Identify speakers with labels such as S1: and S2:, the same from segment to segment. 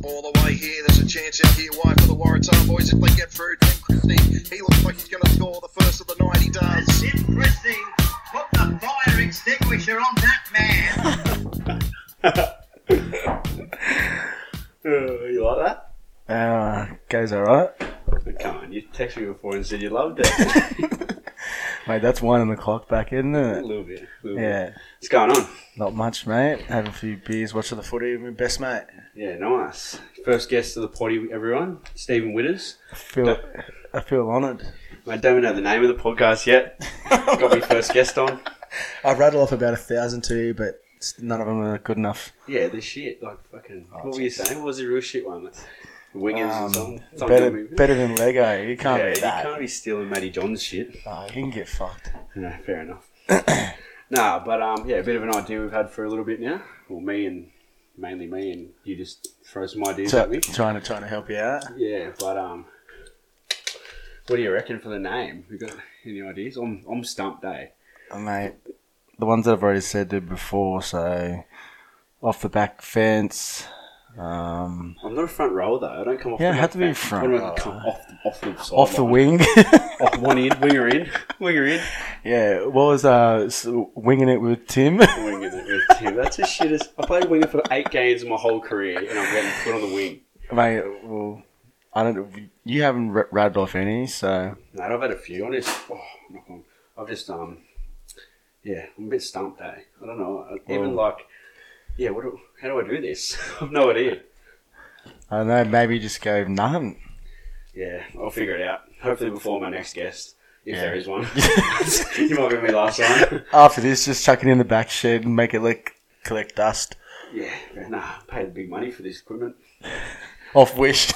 S1: ball away here. There's a chance out here wide for the Waratah boys if they get through. Tim Christie, he looks like he's going to score the first of the night. He does.
S2: Sim Christie put the fire extinguisher on that man.
S3: Oh, you like that?
S4: Uh, goes all right.
S3: Come on, you texted me before and said you loved it.
S4: Mate, that's one in the clock back, isn't
S3: a
S4: it?
S3: little bit. a little bit.
S4: Yeah,
S3: What's going on?
S4: not much, mate. Have a few beers, watching the footy with my best mate.
S3: Yeah, nice. First guest of the potty, everyone. Stephen Witters.
S4: Feel, I feel honoured.
S3: I don't even know the name of the podcast yet. Got me first guest on.
S4: I've rattled off about a thousand to you, but s- none of them are good enough.
S3: Yeah, this shit. Like, fucking. what were you saying? What was the real shit one? Wiggins
S4: Oh, Um,
S3: and something. something
S4: better,
S3: movie.
S4: better than Lego. You can't
S3: yeah,
S4: beat
S3: you
S4: that.
S3: can't be stealing Matty John's shit.
S4: Oh, you can get fucked.
S3: No, fair enough. nah, but um, yeah, a bit of an idea we've had for a little bit now. Well, me and mainly me and you just throw some ideas
S4: So,
S3: at me.
S4: trying to trying to help you out.
S3: Yeah, but um, what do you reckon for the name? We got any ideas? I'm I'm stumped, eh?
S4: Uh, mate, the ones that I've already said did before. So, off the back fence. Um,
S3: I'm not a front row though. I don't come off.
S4: You don't
S3: the
S4: have to be
S3: back.
S4: a front
S3: What do I
S4: rower.
S3: Come off off the side
S4: off the
S3: line?
S4: wing.
S3: off one in, winger in, winger in,
S4: yeah, what was uh s- winging it with Tim?
S3: wing in it with Tim. That's the shittest. I played winger for eight games in my whole career, and I'm getting put on the wing.
S4: Mate, well, I don't. You haven't r- rattled off any, so
S3: No, I've had a few. I just, oh, knock on. I've just, um, yeah, I'm a bit stumped, eh? I don't know. I- Even like, yeah, what? Do, how do I do this? I've no idea.
S4: I don't know. Maybe just go none.
S3: Yeah, I'll figure it out. Hopefully before my next guest, if
S4: Yeah.
S3: there is one. you might be me last time.
S4: After this, just chuck it in the back shed and make it look collect dust
S3: Yeah, but nah, I paid big money for this equipment.
S4: off wish.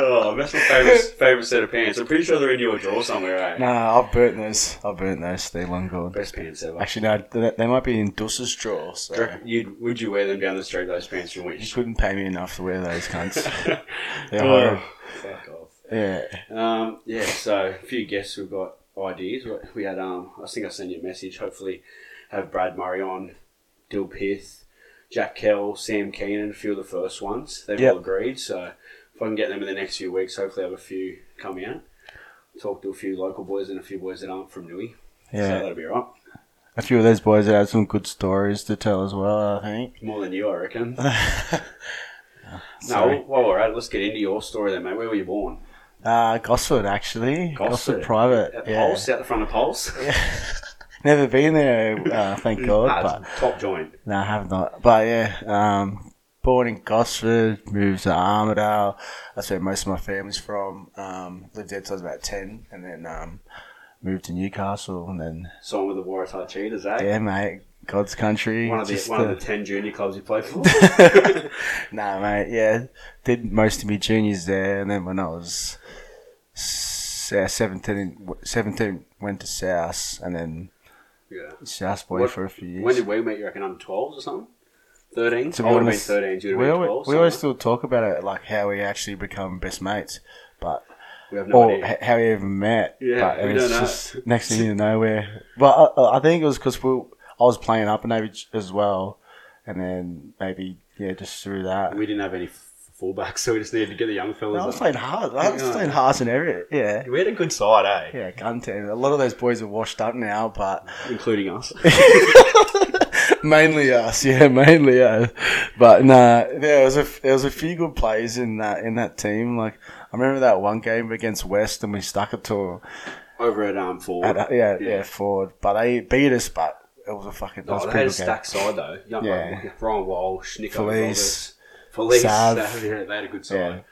S3: Oh, that's my favorite favorite set of pants. I'm pretty sure they're in your drawer somewhere, eh?
S4: nah, I've burnt those. I've burnt those. They're long gone.
S3: Best pants ever.
S4: Actually, no. They, they might be in Dus's drawer.
S3: Do you
S4: So
S3: reckon You'd, would you wear them down the street? Those pants from
S4: you
S3: which?
S4: couldn't pay me enough to wear those cunts. They're horrible.
S3: Oh, fuck off.
S4: Yeah.
S3: Um, yeah, so a few guests we've got ideas. We- We had, um, I think I sent you a message, hopefully have Brad Murray on, Dill Pith, Jack Kell, Sam Keenan, a few of the first ones. They've
S4: Yep.
S3: all agreed, so if I can get them in the next few weeks, hopefully have a few come out. Talk to a few local boys and a few boys that aren't from Nui. So
S4: Yeah.
S3: that'll be all right.
S4: A few of those boys that had some good stories to tell as well, I think.
S3: More than you, I reckon. no,
S4: Sorry.
S3: well, well, all right, let's get into your story then, mate. Where were you born?
S4: Uh, Gosford, actually. Gosford,
S3: Gosford.
S4: Private.
S3: At
S4: yeah.
S3: Pulse, out the front of Pulse?
S4: Never been there, uh, thank
S3: Ah,
S4: God.
S3: it's
S4: but
S3: top joint.
S4: No, I have not. But yeah, um, born in Gosford, moved to Armidale. That's where most of my family's from. Um, lived there till I was about 10, and then um, moved to Newcastle. And then,
S3: Song with the Waratah Cheetahs, eh?
S4: yeah, mate, God's country.
S3: One of the
S4: just uh,
S3: one
S4: the-
S3: of the ten junior clubs you play for.
S4: Nah, mate, yeah. Did most of my juniors there, and then when I was s- uh, 17, 17 went to South, and then
S3: yeah.
S4: South boy
S3: What-
S4: for a few years.
S3: When did we meet? You reckon under twelves or something? Thirteen.
S4: To
S3: So
S4: be
S3: I would have been
S4: honest,
S3: thirteen. You would
S4: we
S3: have been
S4: always,
S3: twelve.
S4: we always
S3: something.
S4: still talk about it, like how we actually become best mates, but
S3: We have no
S4: or
S3: idea.
S4: h- how we even met.
S3: Yeah,
S4: but
S3: we
S4: it was
S3: don't know.
S4: just next thing you know, we're. But I, I think it was because we, I was playing up and maybe as well, and then maybe yeah, just through that.
S3: We didn't have any f- fullbacks, so we just needed to get the young fellas.
S4: I was
S3: up.
S4: playing hard. I was
S3: Yeah.
S4: playing hard and everything. Yeah.
S3: we had a good side, eh?
S4: Yeah, gun team. A lot of those boys are washed up now, but
S3: Including us.
S4: mainly us. Yeah, mainly us. But nah, there was a there was a few good players in that in that team. Like I remember that one game against West, and we stuck it to
S3: Over at um four.
S4: at, uh, yeah, yeah
S3: Yeah.
S4: forward. But they beat us. But it was a fucking that was
S3: Oh,
S4: a
S3: they
S4: pretty
S3: had a
S4: good game.
S3: stacked side though. Young,
S4: Yeah.
S3: like, Ryan Walsh, Nico
S4: Felice,
S3: Roberts, Felice.
S4: Sav.
S3: Sav, yeah, they had a good
S4: Yeah.
S3: side.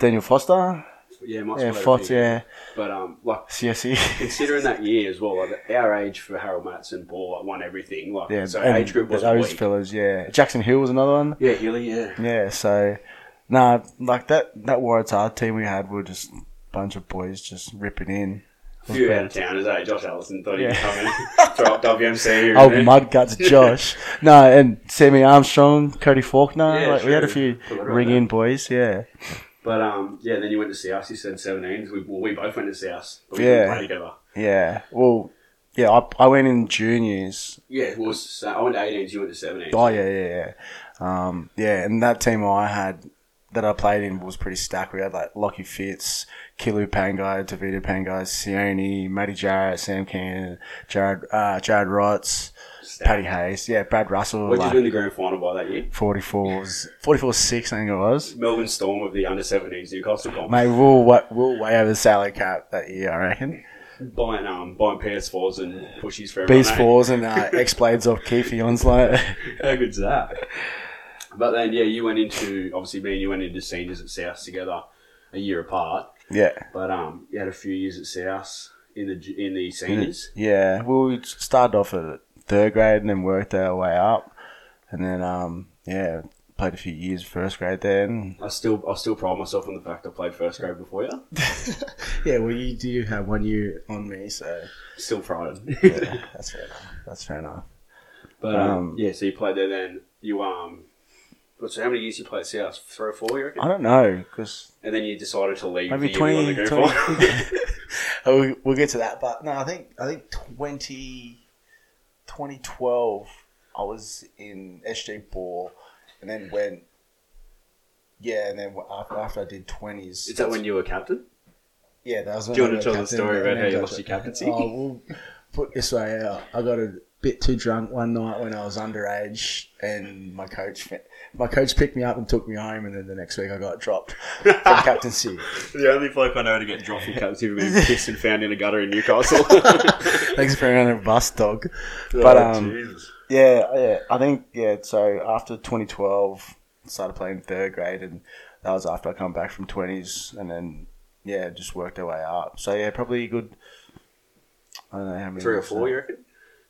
S4: Daniel Foster.
S3: Yeah, might
S4: Yeah,
S3: have played a
S4: Fox.
S3: few.
S4: Yeah,
S3: But um, like
S4: CSE.
S3: considering that year as well, like our age for Harold Matson, Ball like, won everything. Like
S4: Yeah,
S3: so,
S4: and
S3: age group was
S4: those
S3: weak.
S4: fellas. Yeah, Jackson Hill was another one.
S3: Yeah, Healy. Yeah,
S4: Yeah, so nah, like that that Waratah team we had were just a bunch of boys just ripping in.
S3: a few out of towners. Hey, Josh Allison thought
S4: Yeah.
S3: he'd come in, throw up WMC. here and
S4: Oh,
S3: there.
S4: mudguts Josh. no, and Sammy Armstrong, Cody Faulkner.
S3: Yeah,
S4: like, We had a
S3: true.
S4: few
S3: Put it right
S4: ring in boys. Yeah,
S3: But um, yeah, then you went to South. You said seventeen. We, well, we both went to South, but we
S4: Yeah.
S3: didn't play together.
S4: yeah. Well, yeah. I, I went in juniors.
S3: Yeah, it was. So I went to 18s. You went to 17s.
S4: Oh yeah, yeah, yeah. Um, yeah, and that team I had that I played in was pretty stacked. We had like Lockie Fitz, Kilu Pangai, Davida Pangai, Sione, Matty Jarrett, Sam Cannon, Jared uh, Jared Rotz, Paddy Hayes, yeah, Brad Russell,
S3: What did you do in
S4: like
S3: the grand final by that year?
S4: 44s, 44 6, I think it was.
S3: Melbourne Storm of the under 70s Newcastle comp.
S4: Mate, we'll, wa- we'll way over the salary cap that year, I reckon.
S3: Buying um buying PS4s and pushies for everyone.
S4: Beast
S3: eh?
S4: fours and uh, X blades off Keefe Onslow.
S3: How good's that? But then yeah, you went into obviously me and you went into seniors at South together a year apart.
S4: yeah,
S3: But um you had a few years at South in the ju- in the seniors.
S4: yeah. Well, we started off at third grade and then worked our way up, and then um, yeah, played a few years first grade then.
S3: I still I still pride myself on the fact I played first grade before you.
S4: Yeah, well, you do have one year on me, so
S3: Still proud.
S4: yeah, that's fair enough. That's fair enough.
S3: But um,
S4: Um,
S3: yeah, so you played there then. You um, what's how many years you played at South? Three or four, you reckon?
S4: I don't know because
S3: And then you decided to leave.
S4: Maybe
S3: the year we won the
S4: 20,
S3: grand
S4: 20.
S3: final.
S4: we'll, we'll get to that, but no, I think I think 20, 2012, I was in SG Ball, and then went. Yeah, and then after, after I did twenties,
S3: Is that when you were captain?
S4: Yeah, that was.
S3: Do you
S4: when
S3: want to tell
S4: I
S3: the
S4: got
S3: story
S4: captain,
S3: about how you
S4: uh,
S3: lost your captaincy?
S4: Oh, well, put it this way, uh, I got a bit too drunk one night when I was underage, and my coach, fa- my coach picked me up and took me home, and then the next week I got dropped from captaincy.
S3: The only bloke I know to get dropped from captaincy for being pissed and found in a gutter in Newcastle.
S4: Thanks for bringing on a bus dog. But, um,
S3: Jesus.
S4: Yeah, yeah, I think yeah. So after 2012, started playing third grade, and that was after I come back from 20s, and then yeah, just worked our way up. So yeah, probably a good. I don't know how many
S3: three or
S4: years now.
S3: four, you reckon?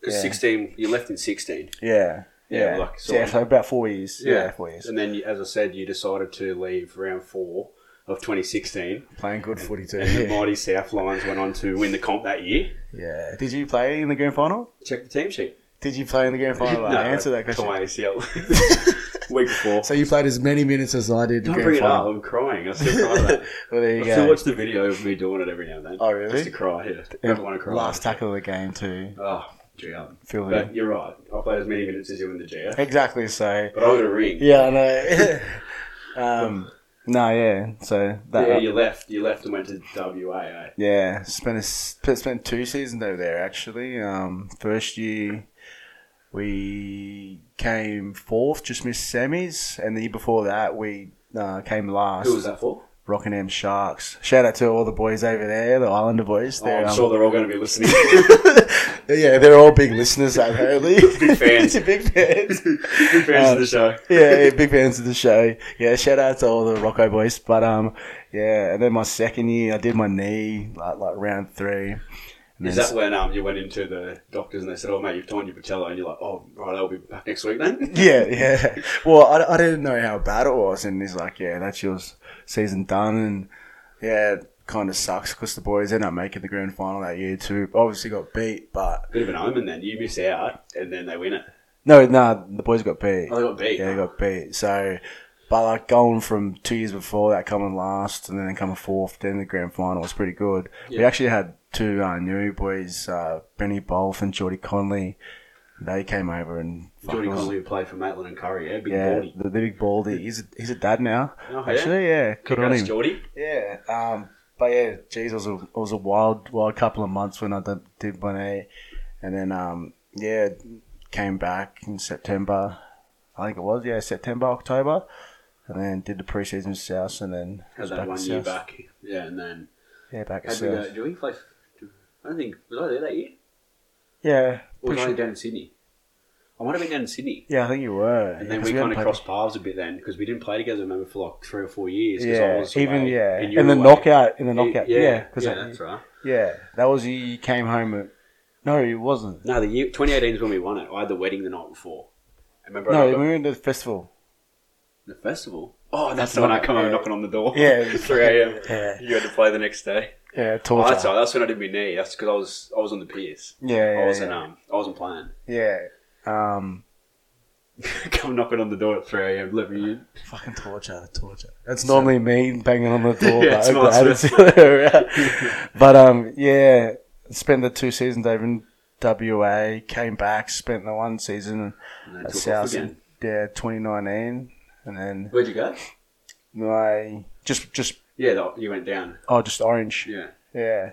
S3: Because
S4: Yeah.
S3: sixteen, you left in sixteen.
S4: Yeah.
S3: Yeah,
S4: Yeah.
S3: like,
S4: so yeah,
S3: sort of-
S4: so about four years. Yeah, four years.
S3: And then, you- as I said, you decided to leave round four of 2016.
S4: Playing good footy too.
S3: And the
S4: Yeah.
S3: mighty South Lions went on to win the comp that year.
S4: yeah. Did you play in the grand final?
S3: Check the team sheet.
S4: Did you play in the grand final? Like, answer that question.
S3: Tore my ACL. Week before.
S4: So you played as many minutes as I did. in
S3: Don't
S4: grand
S3: bring it up.
S4: final.
S3: I'm crying. I still cry. about it.
S4: Well, there
S3: I
S4: you
S3: still
S4: go.
S3: watch the video of me doing it every now and then.
S4: Oh, really?
S3: Just to cry. Yeah.
S4: Yeah,
S3: Don't want to cry.
S4: Last tackle of the game too.
S3: Oh, gee, I'm-
S4: Feel
S3: But
S4: it.
S3: you're right. I played as many minutes as you in the GF.
S4: Exactly. So
S3: But I got a ring.
S4: yeah, I know. um, no, yeah. So that.
S3: Yeah,
S4: Yeah,
S3: you left. You left and went to WA. eh?
S4: spent a, sp- spent two seasons over there actually. Um, first year we came fourth, just missed semis, and the year before that we uh, came last.
S3: Who was that for?
S4: Rockingham Sharks. Shout out to all the boys over there, the Islander boys.
S3: Oh,
S4: They're,
S3: I'm
S4: um,
S3: sure they're all going to be listening.
S4: yeah, they're all big listeners apparently.
S3: Big fans.
S4: big fans.
S3: Good friends
S4: Uh,
S3: of the show.
S4: yeah, yeah, big fans of the show. Yeah, shout out to all the Rocco boys. But um, yeah, and then my second year, I did my knee like like round three. And
S3: Is
S4: then-
S3: that when um, you went into the doctors and they said, "Oh mate, you've torn your patella," and you're like, "Oh right, I'll be back next week then."
S4: yeah, yeah. Well, I, I didn't know how bad it was, and he's like, "Yeah, that's your season done," and yeah, it kind of sucks because the boys ended up making the grand final that year too. Obviously, got beat, but
S3: Bit of an omen then. You miss out and then they win it.
S4: No, no, the boys got beat.
S3: Oh, they got beat.
S4: Yeah, they got beat. So, but like going from two years before that coming last and then coming fourth, then the grand final was pretty good. We
S3: Yeah.
S4: actually had two uh, new boys, uh, Benny Bolf and Geordie Conley. They came over and
S3: Jordy
S4: fucking was-
S3: Conley who played for Maitland and Curry. Yeah, big
S4: Yeah,
S3: Geordie.
S4: the, the big baldy. He's a, he's a dad now.
S3: Oh, yeah?
S4: actually, yeah, good on
S3: Congrats,
S4: him.
S3: Geordie.
S4: Yeah. Um, but yeah, geez, it was a it was a wild wild couple of months when I did, did one A, and then um, yeah, came back in September. I think it was yeah September October, and then did the preseason with South, and then
S3: Had
S4: was
S3: that
S4: at
S3: one year
S4: South.
S3: back. Yeah, and then
S4: Yeah, back at
S3: had we, uh,
S4: South.
S3: do we play? do- I don't think was I there that year.
S4: Yeah,
S3: Or was
S4: pretty
S3: I
S4: sure-
S3: down in Sydney? I might have been down in Sydney.
S4: yeah, I think you were.
S3: And
S4: yeah,
S3: then
S4: 'cause
S3: we,
S4: hadn't
S3: kind of
S4: played-
S3: crossed paths a bit then because we didn't play together, remember, for like three or four years. 'cause I
S4: Yeah,
S3: was
S4: even
S3: away
S4: yeah,
S3: and you
S4: in
S3: were
S4: the
S3: away.
S4: knockout, in the knockout, yeah,
S3: yeah,
S4: because
S3: yeah,
S4: yeah,
S3: that's right.
S4: that was you- you came home. At, no, you wasn't.
S3: No, the year 2018 is when we won it. I had the wedding the night before. I remember
S4: No,
S3: I
S4: we
S3: got
S4: were in the festival.
S3: the festival. Oh, that's the one I come home
S4: Yeah.
S3: knocking on the door.
S4: Yeah.
S3: 3 a.m.
S4: Yeah.
S3: You had to play the next day.
S4: Yeah,
S3: Oh,
S4: torture.
S3: that's right. That's when I did my knee. That's because I was I was on the piers.
S4: Yeah, yeah,
S3: I wasn't
S4: yeah.
S3: um I wasn't playing.
S4: Yeah. Um,
S3: come knocking on the door at 3 a.m. Let me in.
S4: fucking torture, torture. That's normally me banging on the door.
S3: Yeah, it's
S4: but,
S3: not
S4: I didn't see that. but um, yeah, spent the two seasons over in WA, came back, spent the one season
S3: And then
S4: at
S3: took off
S4: South,
S3: again.
S4: there 2019, and then
S3: Where'd you go?
S4: my just just
S3: Yeah, the, you went down.
S4: oh just orange.
S3: Yeah.
S4: Yeah,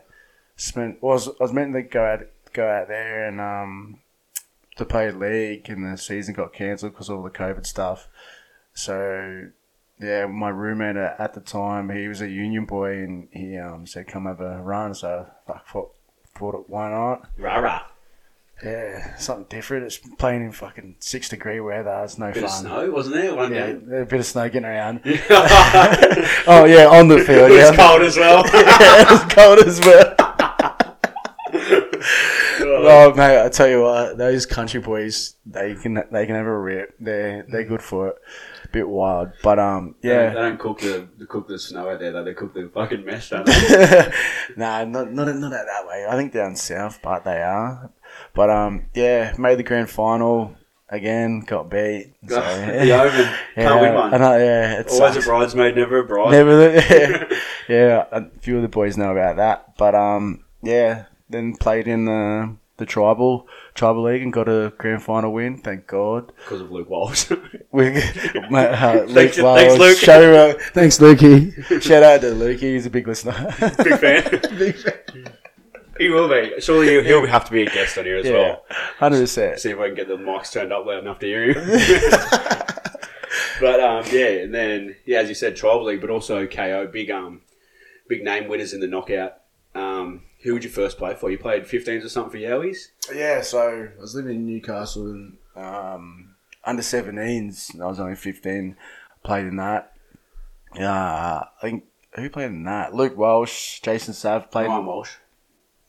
S4: spent. Well, I was, I was meant to go out go out there and um to play league, and the season got cancelled because of all the COVID stuff. So yeah, my roommate at at the time he was a union boy, and he um said come have a run. So I thought thought it why not?
S3: Rah rah.
S4: Yeah, something different. It's playing in fucking six degree weather. It's no
S3: Bit
S4: fun.
S3: of snow, wasn't there? One
S4: Yeah,
S3: day.
S4: a bit of snow getting around.
S3: it
S4: Oh yeah, on the field.
S3: was
S4: yeah.
S3: cold as well.
S4: yeah, it was cold as well. Oh mate, I tell you what, those country boys, they can they can have a rip. They they're good for it. A bit wild, but um,
S3: They
S4: yeah.
S3: don't cook the, they cook the snow out there though. They cook the fucking mess, don't they?
S4: nah, not not not out that way. I think down south, but they are. But um, yeah, made the grand final again. Got beat. So,
S3: the oven can't win one.
S4: I know, yeah, it's
S3: Always a bridesmaid, never a bride.
S4: Never, yeah, yeah. A few of the boys know about that, but um, yeah. Then played in the the tribal tribal league and got a grand final win. Thank God.
S3: because of Luke Walsh.
S4: We, my, uh,
S3: Thanks-
S4: Luke
S3: thanks,
S4: Wells,
S3: Luke.
S4: Shout out, thanks, Lukey. Shout out to Lukey. He's a big listener.
S3: Big fan. Big fan. He will be. Surely he'll, he'll have to be a guest on here as
S4: yeah,
S3: well.
S4: hundred percent.
S3: See if I can get the mics turned up loud enough to hear him. but um, yeah, and then yeah, as you said, tribal league, but also KO, big um, big name winners in the knockout. Um, who would you first play for? You played 15s or something for Yowies?
S4: Yeah, so I was living in Newcastle and um, under 17s. and I was only 15. Played in that. Uh, I think who played in that? Luke Welsh, Jason Sav played.
S3: Ryan Walsh.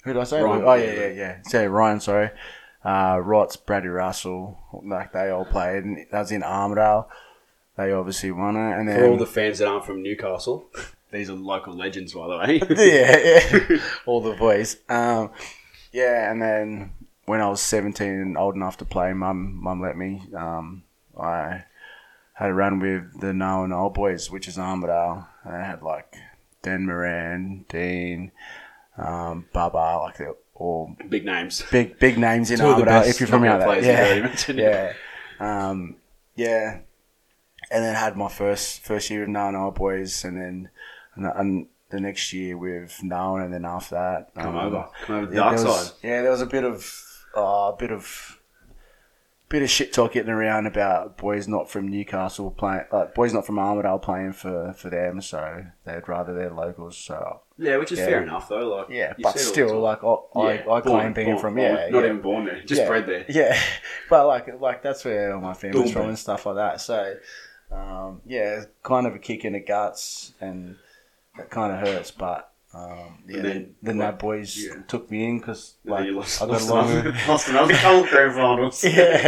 S4: Who did I say?
S3: Ryan.
S4: Luke? Oh yeah, yeah, yeah. So Ryan, sorry. Uh, Rotts, Brady Russell, like they all played. And that was in Armidale. They obviously won it, and then
S3: For all the fans that aren't from Newcastle, these are local legends, by the way.
S4: yeah, yeah. all the boys. Um, yeah, and then when I was 17 and old enough to play, mum mum let me. Um, I had a run with the now and old boys, which is Armadale, and I had like Dan Moran, Dean, um, Baba, like they're all
S3: big names.
S4: big big names in
S3: Two of the
S4: Armadale.
S3: best
S4: If you're from out
S3: knockout
S4: there,
S3: players you've already
S4: yeah,
S3: mentioned.
S4: yeah, um, yeah. And then had my first first year with Now and Our Boys, and then and, and the next year with Now and then after that,
S3: Come
S4: um,
S3: over. Come over to the
S4: yeah,
S3: dark
S4: there was-
S3: side.
S4: yeah, there was a bit of uh, a bit of bit of shit talk getting around about boys not from Newcastle playing, like boys not from Armadale playing for for them, so they'd rather their locals. So
S3: Yeah, which is
S4: Yeah.
S3: fair enough, though. Like,
S4: yeah,
S3: you see
S4: but
S3: it all the
S4: still,
S3: time.
S4: like I,
S3: Yeah,
S4: I, I
S3: born-
S4: claim being
S3: born-
S4: from
S3: born-
S4: yeah,
S3: not
S4: yeah.
S3: even born there, just
S4: Yeah.
S3: bred there.
S4: Yeah, but like like that's where all my family's from
S3: Dormant.
S4: and stuff like that. So um, yeah, it's kind of a kick in the guts, and that kind of hurts. But um,
S3: And
S4: yeah, then,
S3: then-
S4: then that boys
S3: yeah.
S4: took me in because
S3: And then
S4: like
S3: you lost,
S4: I got
S3: lost,
S4: along.
S3: another, lost another couple of grand finals.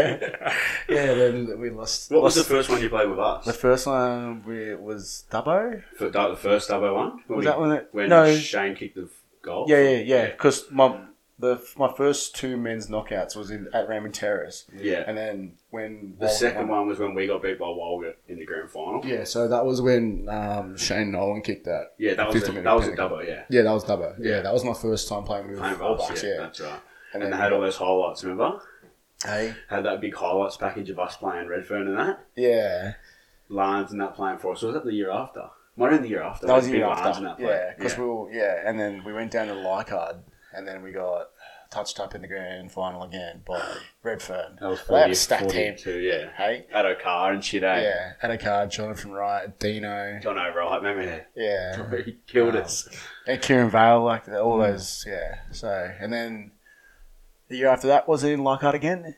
S4: Yeah. yeah, then we lost.
S3: What was the
S4: lost-
S3: first one you played with us?
S4: The first one we, was Dubbo.
S3: For, that, the first double one? When we-
S4: Was that one? That,
S3: When
S4: no.
S3: Shane kicked the f- goal?
S4: Yeah, yeah, yeah. Because my the my first two men's knockouts was in at Raymond Terrace,
S3: Yeah.
S4: and then when
S3: the
S4: Walter
S3: second
S4: won-
S3: one was when we got beat by Walgett in the grand final.
S4: Yeah, so that was when um, Shane Nolan kicked that.
S3: Yeah, that was
S4: 50
S3: a,
S4: minute
S3: that was a
S4: penalty.
S3: double, yeah.
S4: Yeah, that was double. Yeah, that was my first time playing with
S3: Playing with us,
S4: fullbacks.
S3: yeah,
S4: Yeah,
S3: that's right.
S4: and
S3: And
S4: then
S3: they had all those highlights, remember?
S4: hey,
S3: Had that big highlights package of us playing Redfern and that.
S4: yeah,
S3: Lions and that playing for us. Was that the year after? Might have been the year after.
S4: that was
S3: Big
S4: the year
S3: Lions
S4: after.
S3: and that play.
S4: Yeah, because we were yeah, and then we went down to Leichardt, and then we got touched up in the grand final again by Redfern.
S3: That was
S4: Well, that
S3: 40,
S4: was stacked team.
S3: 42, yeah.
S4: Hey,
S3: At O'Carr and shit, eh?
S4: yeah, Adakar, Jonathan Wright, Dino,
S3: John O'Reilly, remember
S4: yeah,
S3: that? He killed
S4: Um,
S3: us.
S4: and Kieran Vale, like that, all those, yeah. So, and then the year after that was it in Leichardt again.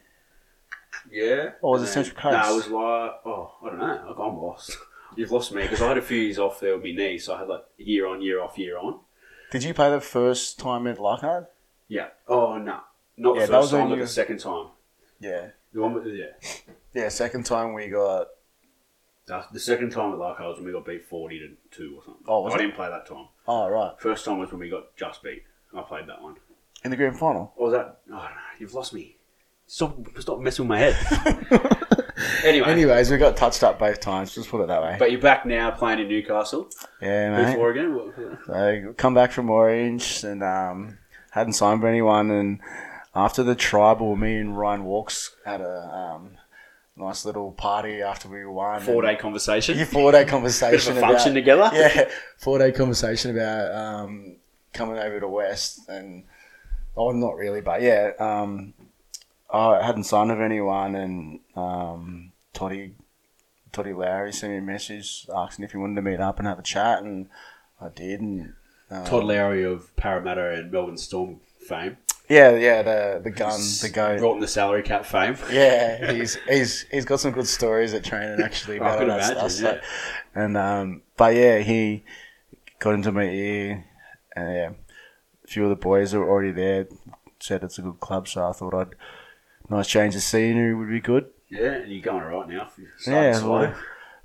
S3: Yeah.
S4: Or was it
S3: And-
S4: Central Coast?
S3: No, it was like, oh, I don't know. Like, I'm lost. You've lost me because I had a few years off there with my knee, so I had like year on, year off, year on.
S4: Did you play the first time at Leichardt?
S3: Yeah. Oh, no. Not
S4: Yeah,
S3: the first
S4: that was when
S3: time, but
S4: you-
S3: the second time.
S4: Yeah.
S3: The one with, yeah.
S4: Yeah, second time we got.
S3: The- The second time at Larkhall was when we got beat 40 to 2 or something.
S4: Oh, was
S3: I
S4: it?
S3: didn't play that time.
S4: Oh, right.
S3: First time was when we got just beat. I played that one.
S4: In the grand final.
S3: Or was that? Oh, no, you've lost me. Stop, stop messing with my head. anyway,
S4: Anyways, we got touched up both times, just put it that way.
S3: but you're back now playing in Newcastle.
S4: yeah,
S3: Who's
S4: mate.
S3: Oregon? What-
S4: So, come back from Orange and um, hadn't signed for anyone. And after the tribal, me and Ryan Walks had a. Um, nice little party after we won.
S3: Four
S4: and-
S3: day conversation.
S4: Yeah, four day
S3: Bit
S4: conversation
S3: of a function
S4: about
S3: together.
S4: yeah, four day conversation about um, coming over to West and oh, not really, but yeah, um, I hadn't signed with anyone, and um, Toddy Toddy Lowry sent me a message asking if he wanted to meet up and have a chat, and I did. And, um,
S3: Todd Lowry of Parramatta and Melbourne Storm fame.
S4: yeah, yeah, the the gun, the goat.
S3: Brought in the salary cap fame.
S4: Yeah, he's he's he's got some good stories at training actually
S3: I
S4: about all
S3: can
S4: that
S3: imagine.
S4: stuff. so-
S3: yeah.
S4: And um, but yeah, he got into my ear, and yeah, a few of the boys who were already there. Said it's a good club, so I thought I'd nice change of scenery would be good.
S3: yeah, and you're going all right now. You're
S4: yeah,
S3: starting slow.
S4: well,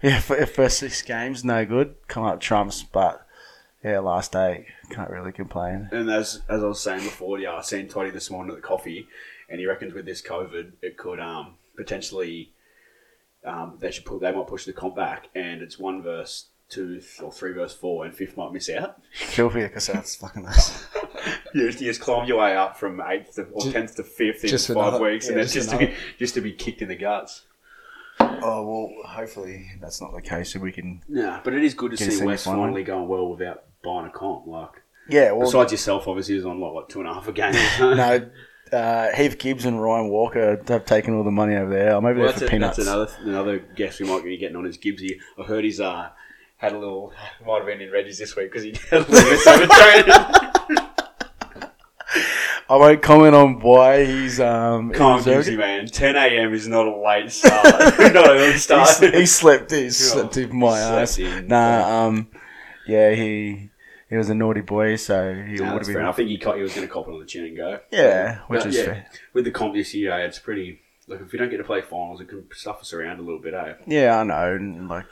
S4: yeah. For, if first six games, no good. Come up trumps, but yeah, last day can't really complain.
S3: And as as I was saying before, yeah, I seen Toddy this morning at the coffee, and he reckons with this COVID, it could um, potentially um, they should put they might push the comp back, and it's one verse two or three verse four, and fifth might miss out.
S4: Feel for you because that's fucking nice.
S3: You just, you just climb your way up from eighth to, or
S4: Ju-
S3: tenth to fifth in
S4: just
S3: five
S4: another-
S3: weeks, and
S4: yeah,
S3: then just
S4: just
S3: to be just to be kicked in the guts.
S4: Oh well, hopefully that's not the case. So we can.
S3: Yeah, but it is good to
S4: Get a
S3: see
S4: semi
S3: West
S4: final.
S3: finally going well without buying a comp. Like
S4: Yeah, well,
S3: besides yourself, obviously, is on like what two and a half a game. no,
S4: no. Uh, Heath Gibbs and Ryan Walker have taken all the money over there. I'm over
S3: Well,
S4: there
S3: that's,
S4: for
S3: a,
S4: peanuts.
S3: that's another another guess we might be getting on is Gibbsy. I heard he's uh, had a little might have been in Reggie's this week because he had a little bit of training.
S4: I won't comment on why he's um.
S3: Calm
S4: he's-
S3: Gibbsy, man. 10 a.m. is not a late start. not a late
S4: he,
S3: start.
S4: s- he slept. He slept in my
S3: Slept
S4: ass.
S3: in.
S4: Nah. Um. Yeah. He he was a naughty boy, so he
S3: Nah,
S4: would
S3: that's
S4: have
S3: fair. I
S4: been.
S3: think he, caught, he was going to cop it on the chin and go.
S4: Yeah, which
S3: But
S4: is
S3: yeah,
S4: fair.
S3: With the comp this year, eh, it's pretty. Look, if you don't get to play finals, it can stuff us around a little bit, eh?
S4: Yeah, I know. And like,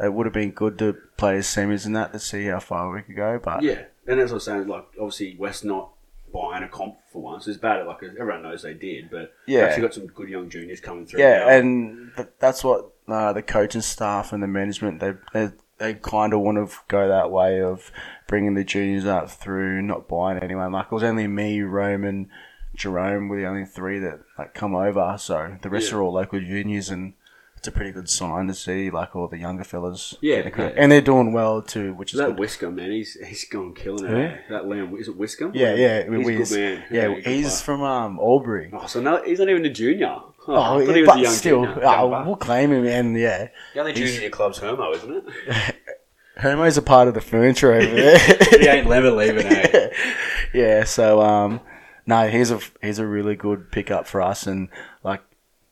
S4: it would have been good to play as semis and that to see how far we could go. But
S3: Yeah, and as I was saying, like obviously West not buying a comp for once is bad. Like everyone knows they did, but
S4: Yeah.
S3: yeah, actually got some good young juniors coming through.
S4: Yeah,
S3: now.
S4: and th- that's what uh, the coaching staff and the management they they, they kind of want to go that way of bringing the juniors up through, not buying anyone. Like it was only me, Roman, Jerome were the only three that like come over. So the rest
S3: Yeah.
S4: are all local juniors, and it's a pretty good sign to see like all the younger fellas.
S3: Yeah,
S4: getting a crack.
S3: yeah.
S4: and they're doing well too, which
S3: Is
S4: is
S3: that
S4: good.
S3: Wiscombe, man? He's he's gone killing it.
S4: Who?
S3: eh? That Liam, is it Wiscombe?
S4: yeah, yeah,
S3: he's a good man.
S4: yeah.
S3: good
S4: he's
S3: player.
S4: from um Albury.
S3: Oh, so no, he's not even a junior. Oh,
S4: Oh,
S3: I thought he was
S4: yeah,
S3: a
S4: but
S3: young
S4: still,
S3: junior.
S4: uh,
S3: Young buck.
S4: we'll claim him, and yeah,
S3: the only
S4: he's-
S3: junior in your club's Hermo, isn't it?
S4: Hermo's a part of the furniture over there.
S3: he ain't never leaving, eh?
S4: yeah, so um, no, he's a he's a really good pickup for us, and like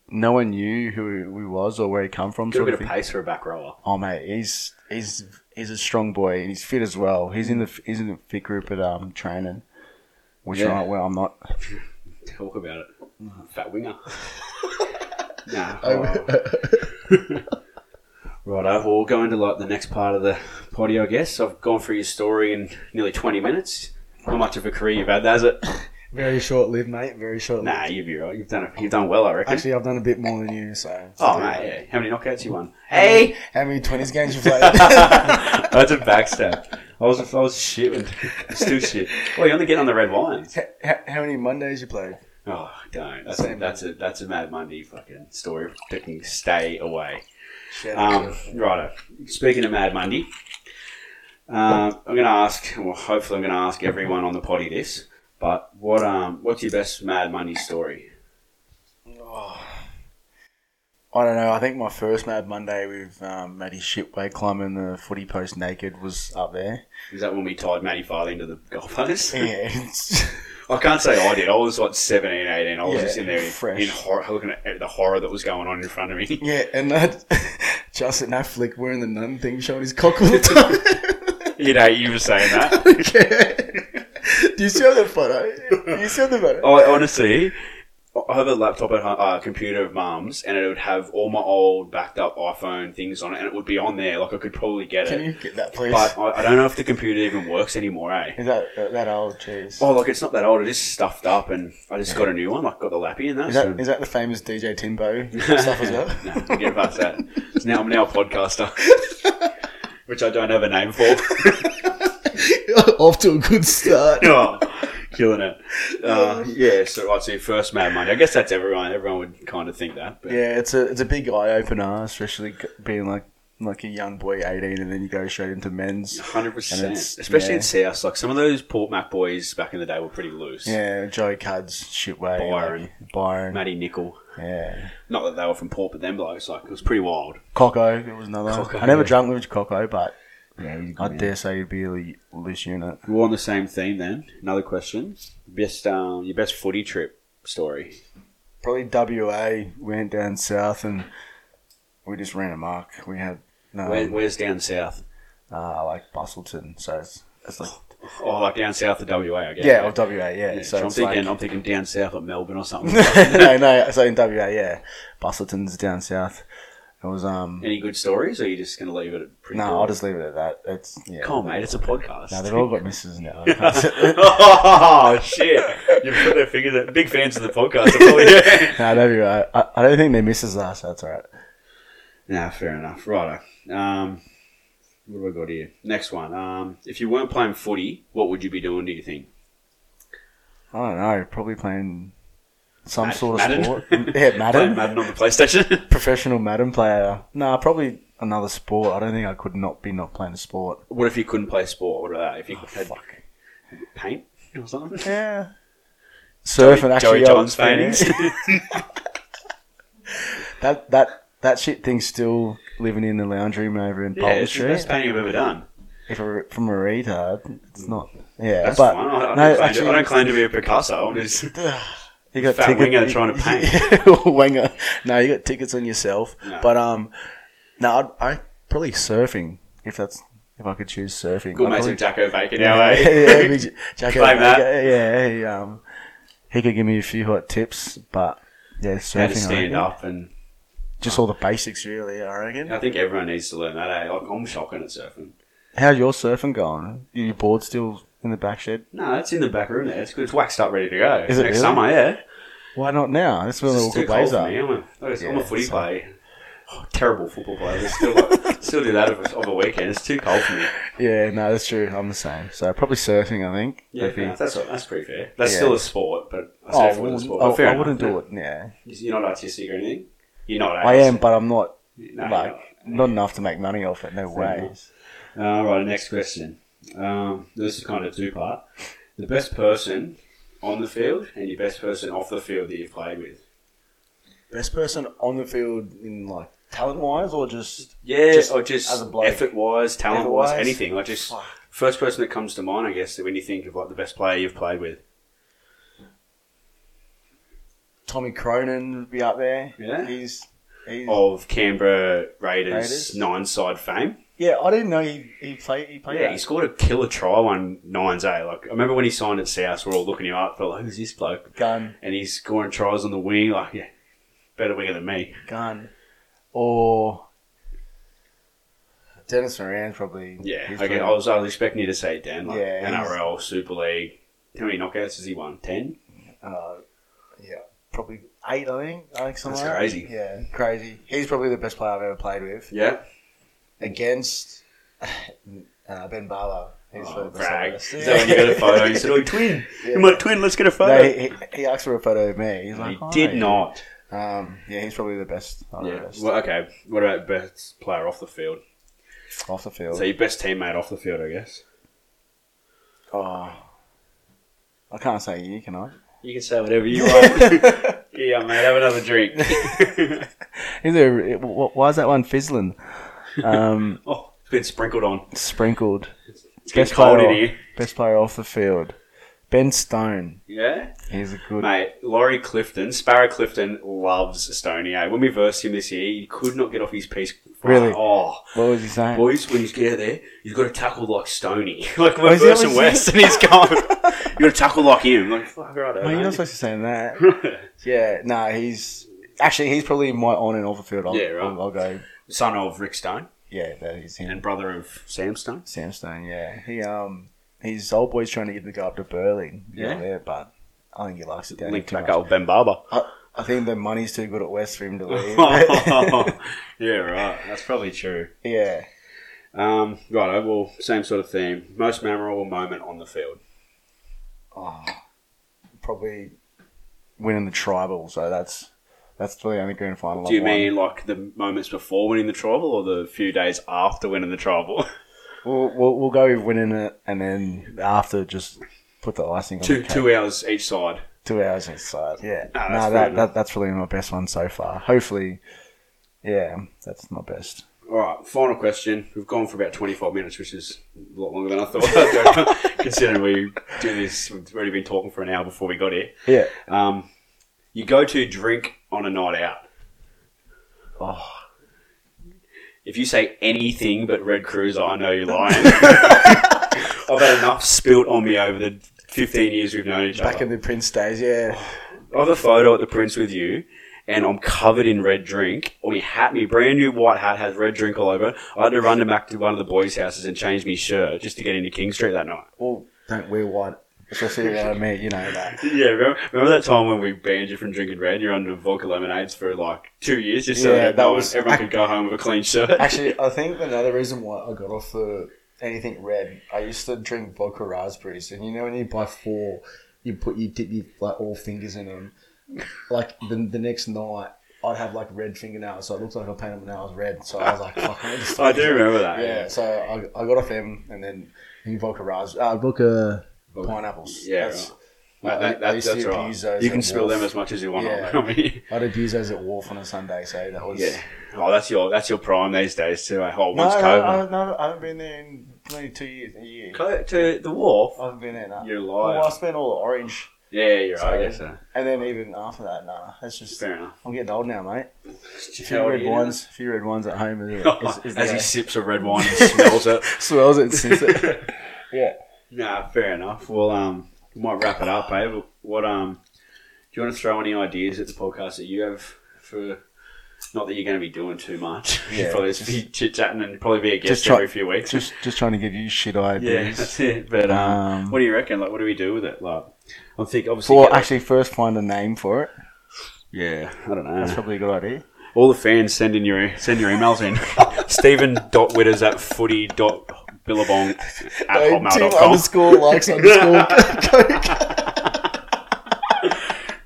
S4: no one knew who he was or where he come from.
S3: Got a
S4: Sort
S3: bit
S4: of
S3: of
S4: thing.
S3: pace for a back rower.
S4: Oh mate, he's he's he's a strong boy and he's fit as well. He's in the he's in the fit group at um training, which
S3: Yeah.
S4: right well I'm not.
S3: Talk about it. Fat winger. nah. Right, uh, we'll go into like the next part of the potty, I guess. I've gone through your story in nearly 20 minutes. How much of a career you've had, has it?
S4: Very short lived, mate. Very short.
S3: Nah, you'll be right. You've done you've done well, I reckon.
S4: I've done a bit more than you, so.
S3: oh, mate, yeah. How many knockouts you won? Hey,
S4: How many twenties games you played?
S3: that's a backstab. I was I was shit. With, still shit. Well, you only get on the red wines.
S4: how, how many Mondays you played?
S3: Oh, don't. That's a, that's a that's a Mad Monday fucking story. Fucking stay away. Um, righto. Speaking of Mad Monday, um, I'm going to ask. Well, hopefully, I'm going to ask everyone on the potty this. But what um, what's your best Mad Monday story?
S4: Oh. I don't know. I think my first Mad Monday with um, Matty Shipway climbing the footy post naked was up there.
S3: Is that when we tied Matty Farley into the golf post?
S4: Yeah, it's-
S3: I can't say I did. I was like 17, 18. I was
S4: Yeah,
S3: just in there
S4: fresh.
S3: in horror, looking at the horror that was going on in front of me.
S4: yeah, and that Justin Affleck wearing the nun thing, showing his cock all the time.
S3: you know, you were saying that.
S4: Yeah. Do you see the photo? Do you see the photo?
S3: I honestly, I have a laptop at home, uh, computer of mum's, and it would have all my old backed up iPhone things on it, and it would be on there. Like I could probably get
S4: Can
S3: it,
S4: you get that, please?
S3: but I, I don't know if the computer even works anymore. Eh?
S4: Is that that, that old? Jeez.
S3: Oh, look, it's not that old. It is stuffed up, and I just got a new one. I got the lappy in that.
S4: Is
S3: so-
S4: that is that the famous DJ Timbo stuff as well?
S3: no, we get past that. It's now I'm now a podcaster, which I don't have a name for.
S4: Off to a good start.
S3: Oh, Killing it. Uh, yeah, so I'd say first Mad Monday. I guess that's everyone. Everyone would kind of think that. But
S4: Yeah, it's a it's a big eye opener, especially c- being like like a young boy, eighteen, and then you go straight into men's.
S3: Hundred
S4: And
S3: percent,
S4: it's-
S3: especially
S4: yeah.
S3: in South. Like some of those Port Mac boys back in the day were pretty loose.
S4: Yeah, Joe Cudds, Shitway,
S3: Byron.
S4: like, Byron,
S3: Matty Nickel.
S4: yeah,
S3: Not that they were from Port, but them blokes like it was pretty wild.
S4: Coco. There was another.
S3: Coco,
S4: I never
S3: yeah.
S4: drunk with Coco, but
S5: Yeah, he's a good
S4: I
S5: man.
S4: dare say you'd be a loose unit.
S3: We're on the same theme then. Another question: best um, your best footy trip story?
S4: Probably WA went down south and we just ran a mark. We had no,
S3: Where, where's down south?
S4: uh, like Bustleton, so it's, it's like
S3: Oh, like down south of WA, I guess.
S4: yeah, or WA, yeah. so
S3: I'm
S4: it's
S3: thinking,
S4: like,
S3: I'm thinking down south of Melbourne or something.
S4: no, no, so in WA, yeah, Bustleton's down south. It was um,
S3: Any good stories, or are you just gonna leave it? At pretty
S4: no,
S3: cool?
S4: I'll just leave it at that. It's yeah.
S3: Come on, mate. It's a podcast.
S4: No, they've all got misses now.
S3: oh shit! You put their fingers. At, big fans of the podcast. Probably.
S4: no, WA. I, I don't think their misses are, so that's all right.
S3: nah, fair enough. Righto. Um, what do I got here? Next one. Um, if you weren't playing footy, what would you be doing? Do you think?
S4: I don't know. Probably playing some
S3: Mad-
S4: sort of
S3: Madden?
S4: sport. Mm, Yeah,
S3: Playing
S4: Madden.
S3: Madden on the PlayStation.
S4: Professional Madden player. No, probably another sport. I don't think I could not be not playing a sport.
S3: what if you couldn't play sport? What about that? If you had
S4: Oh, fuck.
S3: paint or something?
S4: Yeah. Surfing actually.
S3: Joey
S4: I
S3: Johns
S4: would-
S3: paintings.
S4: That that that shit thing's still living in the lounge room over in
S3: yeah,
S4: Bolton
S3: it's the
S4: Street.
S3: best painting I've ever done.
S4: If a, from a retard, it's not. Yeah,
S3: That's
S4: but
S3: fine. I, I, don't
S4: no,
S3: claim
S4: actually-
S3: to, I don't claim to be a Picasso. I'm just
S4: You got
S3: Fat
S4: ticket-
S3: winger trying to paint.
S4: winger. No, you got tickets on yourself.
S3: No.
S4: But um, no, I'd, I probably surfing if that's if I could choose surfing.
S3: good
S4: I'd
S3: mates
S4: probably-
S3: with Jacko Baker now,
S4: yeah, yeah,
S3: eh?
S4: big J- Jacko
S3: Claim
S4: Baker,
S3: that.
S4: Yeah, he, um, he could give me a few hot tips, but yeah,
S3: How to
S4: surfing. I
S3: stand
S4: reckon.
S3: up and
S4: Just all the basics, really. I reckon.
S3: I think everyone needs to learn that. Eh? Like, I'm shocking at surfing.
S4: How's your surfing going? Are you bored still in the back shed?
S3: No, it's in the back room there. It's good. It's waxed up, ready to go.
S4: Is it
S3: Next
S4: really?
S3: summer, yeah.
S4: Why not now? That's when
S3: It's
S4: the
S3: just too
S4: good
S3: cold
S4: waves
S3: for
S4: are.
S3: me. I'm a, I'm a- I'm
S4: Yeah,
S3: a footy
S4: so-
S3: player. Oh, terrible football player. But still, like, still do that over, over weekend. It's too cold for me.
S4: Yeah, no, that's true. I'm the same. So probably surfing, I think.
S3: Yeah,
S4: If
S3: fair
S4: you-
S3: enough. that's that's pretty fair. That's
S4: Yeah.
S3: still a sport, but I
S4: Oh,
S3: surf wasn't a sport.
S4: I,
S3: But fair
S4: I
S3: enough,
S4: wouldn't
S3: yeah.
S4: do it. Yeah,
S3: You're not artistic or anything. You're not.
S4: I am, but I'm not
S3: No, you're
S4: like not enough to make money off it. No way.
S3: enough. All right, next question. Um, this is kind of two part. The best person on the field and your best person off the field that you've played with.
S4: Best person on the field in like talent wise, or just
S3: Yeah,
S4: Just
S3: or just
S4: as a bloke.
S3: effort wise, talent wise,
S4: Effort-wise?
S3: anything. Like just
S4: Fuck.
S3: first person that comes to mind, I guess, when you think of like the best player you've played with.
S4: Tommy Cronin would be up there.
S3: Yeah. Oh.
S4: he's. he's
S3: Of Canberra Raiders,
S4: Raiders? Oh,
S3: nine side fame.
S4: yeah, I didn't know he, he played. He played.
S3: Yeah,
S4: that.
S3: he scored a killer try one nines eh? Like I remember when he signed at South, we're all looking him up, but like who's this bloke?
S4: gun,
S3: and he's scoring tries on the wing. Like, yeah, better winger than me.
S4: gun, or Dennis Moran probably.
S3: Yeah,
S4: He's
S3: okay. I
S4: probably-
S3: was, I was expecting you to say Dan, like
S4: Yeah, he's-
S3: NRL, Super League. How many knockouts has he won? Ten.
S4: uh, yeah, probably eight. I think. I think something.
S3: That's
S4: like
S3: crazy.
S4: That. Yeah, crazy. He's probably the best player I've ever played with.
S3: Yeah,
S4: Against uh, Ben Barlow. He's
S3: oh,
S4: the best player.
S3: brag. Is that when you got a photo? You said, "Oh, twin,
S4: Yeah.
S3: you're my twin. Let's get a photo."
S4: No, he, he, he asked for a photo of me. He's like,
S3: he
S4: "Hi."
S3: did not.
S4: Um, yeah, he's probably the best. one of the
S3: Yeah.
S4: best.
S3: Well, okay. What about best player off the field?
S4: Off the field.
S3: So your best teammate off the field, I guess.
S4: oh, I can't say you, can I?
S3: You can say whatever you want. yeah, mate. Have another drink.
S4: Is there, it- wh- why is that one fizzling? Um,
S3: oh, it's been sprinkled on.
S4: sprinkled.
S3: It's getting cold
S4: player
S3: in
S4: off-
S3: here.
S4: Best player off the field. Ben Stone.
S3: Yeah.
S4: He's a good.
S3: Mate, Laurie Clifton, Sparrow Clifton loves Stony. Eh? When we versed him this year, he could not get off his piece.
S4: Really?
S3: Oh,
S4: What was he saying?
S3: boys, when you get out there, you've got to tackle like Stony. like we're
S4: Oh, is that
S3: versing
S4: what he
S3: West,
S4: said?
S3: and he's going, you got to tackle like him. Like, fuck right,
S4: Mate, you're not
S3: mate.
S4: supposed to say that. Yeah, no, he's actually he's probably in my on and off the field. I'll,
S3: Yeah, right.
S4: I'll, I'll go.
S3: Son of Rick Stone
S4: Yeah, that is him.
S3: and brother of Sam Stone.
S4: Sam Stone, yeah. He um his old boy's trying to get the guy up to Berlin. Yeah,
S3: Yeah.
S4: there, but I think he likes it down here
S3: Linked
S4: too
S3: back
S4: much.
S3: up with Ben Barber.
S4: I, I think the money's too good at West for him to leave.
S3: Oh, yeah, right. That's probably true.
S4: yeah.
S3: Um, right, well, same sort of theme. Most memorable moment on the field.
S4: Oh, probably winning the tribal. So that's that's the only grand final.
S3: Do you
S4: I've won.
S3: mean like the moments before winning the tribal, or the few days after winning the tribal?
S4: We'll, we'll, we'll go with winning it, and then after just put the icing on
S3: two
S4: the cake.
S3: two hours each side.
S4: two hours inside. Yeah,
S3: Ah, that's
S4: no,
S3: fair
S4: that,
S3: enough.
S4: that that's really my best one so far. Hopefully, yeah, that's my best.
S3: All right, final question. We've gone for about 25 minutes, which is a lot longer than I thought. I'd go, considering we do this, we've already been talking for an hour before we got here.
S4: Yeah.
S3: Um, you go to drink on a night out.
S4: Oh.
S3: If you say anything but Red Cruiser, I know you're lying. I've had enough spilt on me over the 15 years we've known each other.
S4: Back in the Prince days, yeah.
S3: I have a photo at the Prince with you, and I'm covered in red drink. Or my hat, my brand new white hat has red drink all over it. I had to run to back to one of the boys' houses and change my shirt just to get into King Street that night.
S4: Well, don't wear white, especially around me. You know that.
S3: Yeah, remember, remember that time when we banned you from drinking red? You're under vodka lemonades for like two years just so
S4: Yeah,
S3: that,
S4: that
S3: no one-
S4: was-
S3: everyone could go home with a clean shirt.
S4: Actually, I think another reason why I got off the anything red, I used to drink vodka raspberries, and you know when you buy four, you put you dip your like all fingers in them. Like the, the next night, I'd have like red fingernails, so it looked like I painted my nails red. So I was like, fuck, I need to stop
S3: I do
S4: this."
S3: remember that.
S4: Yeah, so I, I got off them, and then new vodka raspberries, uh, vodka
S3: Vodka-
S4: pineapples.
S3: Yeah,
S4: That's-
S3: right. Mate,
S4: I-
S3: that-
S4: I
S3: that-
S4: used to
S3: that's right.
S4: abuse those
S3: You can
S4: at
S3: spill them
S4: Wharf.
S3: as much as you want.
S4: Yeah.
S3: on me.
S4: I'd abuse those at Wharf on a Sunday, so that was
S3: yeah. Oh, that's your that's your prime these days too. eh? Oh,
S4: No,
S3: once
S4: no,
S3: COVID.
S4: I, no, I haven't been there in maybe two years. A year.
S3: Co- to the wharf.
S4: I haven't been there. No.
S3: You're a liar.
S4: well, Oh, I spent all the orange,
S3: Yeah, you're right. I
S4: So-
S3: guess so.
S4: and then even after that, nah. That's just.
S3: Fair enough.
S4: I'm getting old now, mate. A
S3: How
S4: few
S3: old
S4: red
S3: are you
S4: wines, a few red wines at home. Is,
S3: now?
S4: is, is
S3: As
S4: the-
S3: he sips a red wine and smells it.
S4: swells it, sits it. yeah.
S3: Nah, fair enough. Well, um, we might wrap it up, eh? But What um, do you want to throw any ideas at the podcast that you have for? Not that you're going to be doing too much.
S4: Yeah,
S3: you'll probably just be chit chatting and probably be a guest
S4: Just try-
S3: every few weeks.
S4: Just, just trying to give you shit
S3: yeah,
S4: ideas.
S3: that's it. But um,
S4: Um,
S3: what do you reckon? Like, what do we do with it? Like, I think obviously.
S4: Well,
S3: get, like-
S4: actually, first find a name for it.
S3: yeah, I don't
S4: That's
S3: know.
S4: probably a good idea.
S3: All the fans send in your send your emails in. Stephen dot witters at footy dot billabong at hotmail.com.
S4: underscore likes underscore. Coke.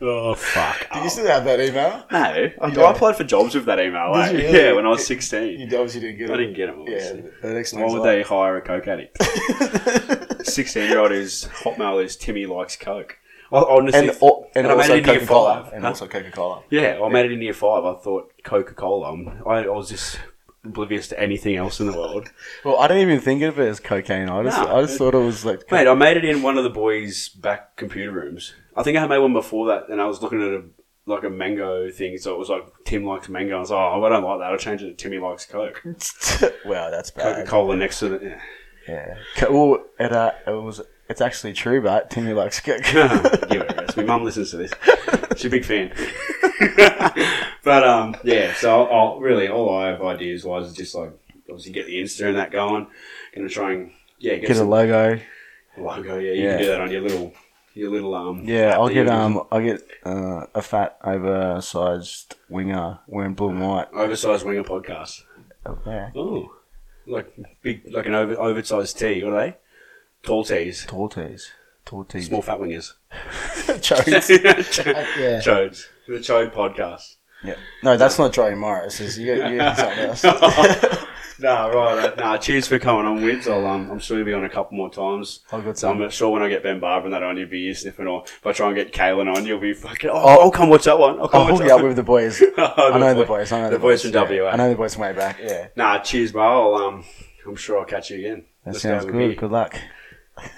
S3: Oh fuck!
S4: Do you still have that email?
S3: No, I, I
S4: don't?
S3: applied for jobs with that email.
S4: Did
S3: eh?
S4: you really?
S3: Yeah, when I was
S4: You
S3: sixteen,
S4: obviously didn't get it.
S3: I didn't get it.
S4: Yeah,
S3: Obviously.
S4: the next
S3: Why would they hire a coke addict? Sixteen-year-old is Hotmail is Timmy likes coke. I, honestly,
S4: and, or, and,
S3: and I made
S4: also
S3: it in year
S4: Coca Cola.
S3: five.
S4: And
S3: Huh?
S4: also Coca Cola.
S3: yeah, I made it in year five. I thought Coca Cola. I, I was just oblivious to anything else in the world.
S4: Well, I didn't even think of it as cocaine. I just,
S3: Nah,
S4: I just
S3: it-
S4: thought it was like.
S3: Mate, I made it in one of the boys' back computer rooms. I think I had made one before that, and I was looking at a like a mango thing, so it was like Tim likes mango. I was like, oh, I don't like that. I'll change it to Timmy likes Coke.
S4: wow, that's
S3: Coca
S4: bad.
S3: Cola next to the.
S4: Yeah. Co- well, it, uh, it was. It's actually true, but Timmy likes
S3: Yeah.
S4: Coke.
S3: Give it a rest. My mum listens to this. She's a big fan. but um, yeah, so I'll, I'll really all I have ideas wise is just like obviously get the Insta and that going. Gonna try and yeah get,
S4: get a
S3: some
S4: logo.
S3: logo. Yeah, you
S4: Yeah.
S3: can do that on your little your little um.
S4: Yeah,
S3: app
S4: I'll
S3: that you
S4: get
S3: can-
S4: um, I'll get uh, a fat oversized winger wearing blue and white.
S3: oversized winger podcast.
S4: Yeah.
S3: Oh, like big like an over, oversized tee. What are they? Tall tees.
S4: Tall tees. Tall tees.
S3: Small fat wingers.
S4: Jones. Yeah.
S3: Chodes. The Chode podcast.
S4: yeah. No, that's not Joey Morris. It's, you got, you got something else.
S3: Oh, Nah,
S4: eh.
S3: right. Nah, cheers for coming on, Wids. I'll, um, I'm sure you'll be on a couple more times.
S4: I've got
S3: So
S4: some.
S3: I'm sure when I get Ben Barber and that on, you'll be ear sniffing, or if I try and get Kalen on, you'll be fucking. Oh,
S4: Oh.
S3: I'll come watch that one. I'll come
S4: I'll hook
S3: watch
S4: you
S3: that
S4: Oh, up
S3: one.
S4: with the boys. I know the boys. I know
S3: Oh, the boys from eh.
S4: yeah.
S3: WA.
S4: I know the boys from way back. Yeah.
S3: Nah, cheers, bro. I'll, um, I'm sure I'll catch you again.
S4: That
S3: Let's go
S4: sounds
S3: with
S4: good.
S3: me.
S4: Good luck.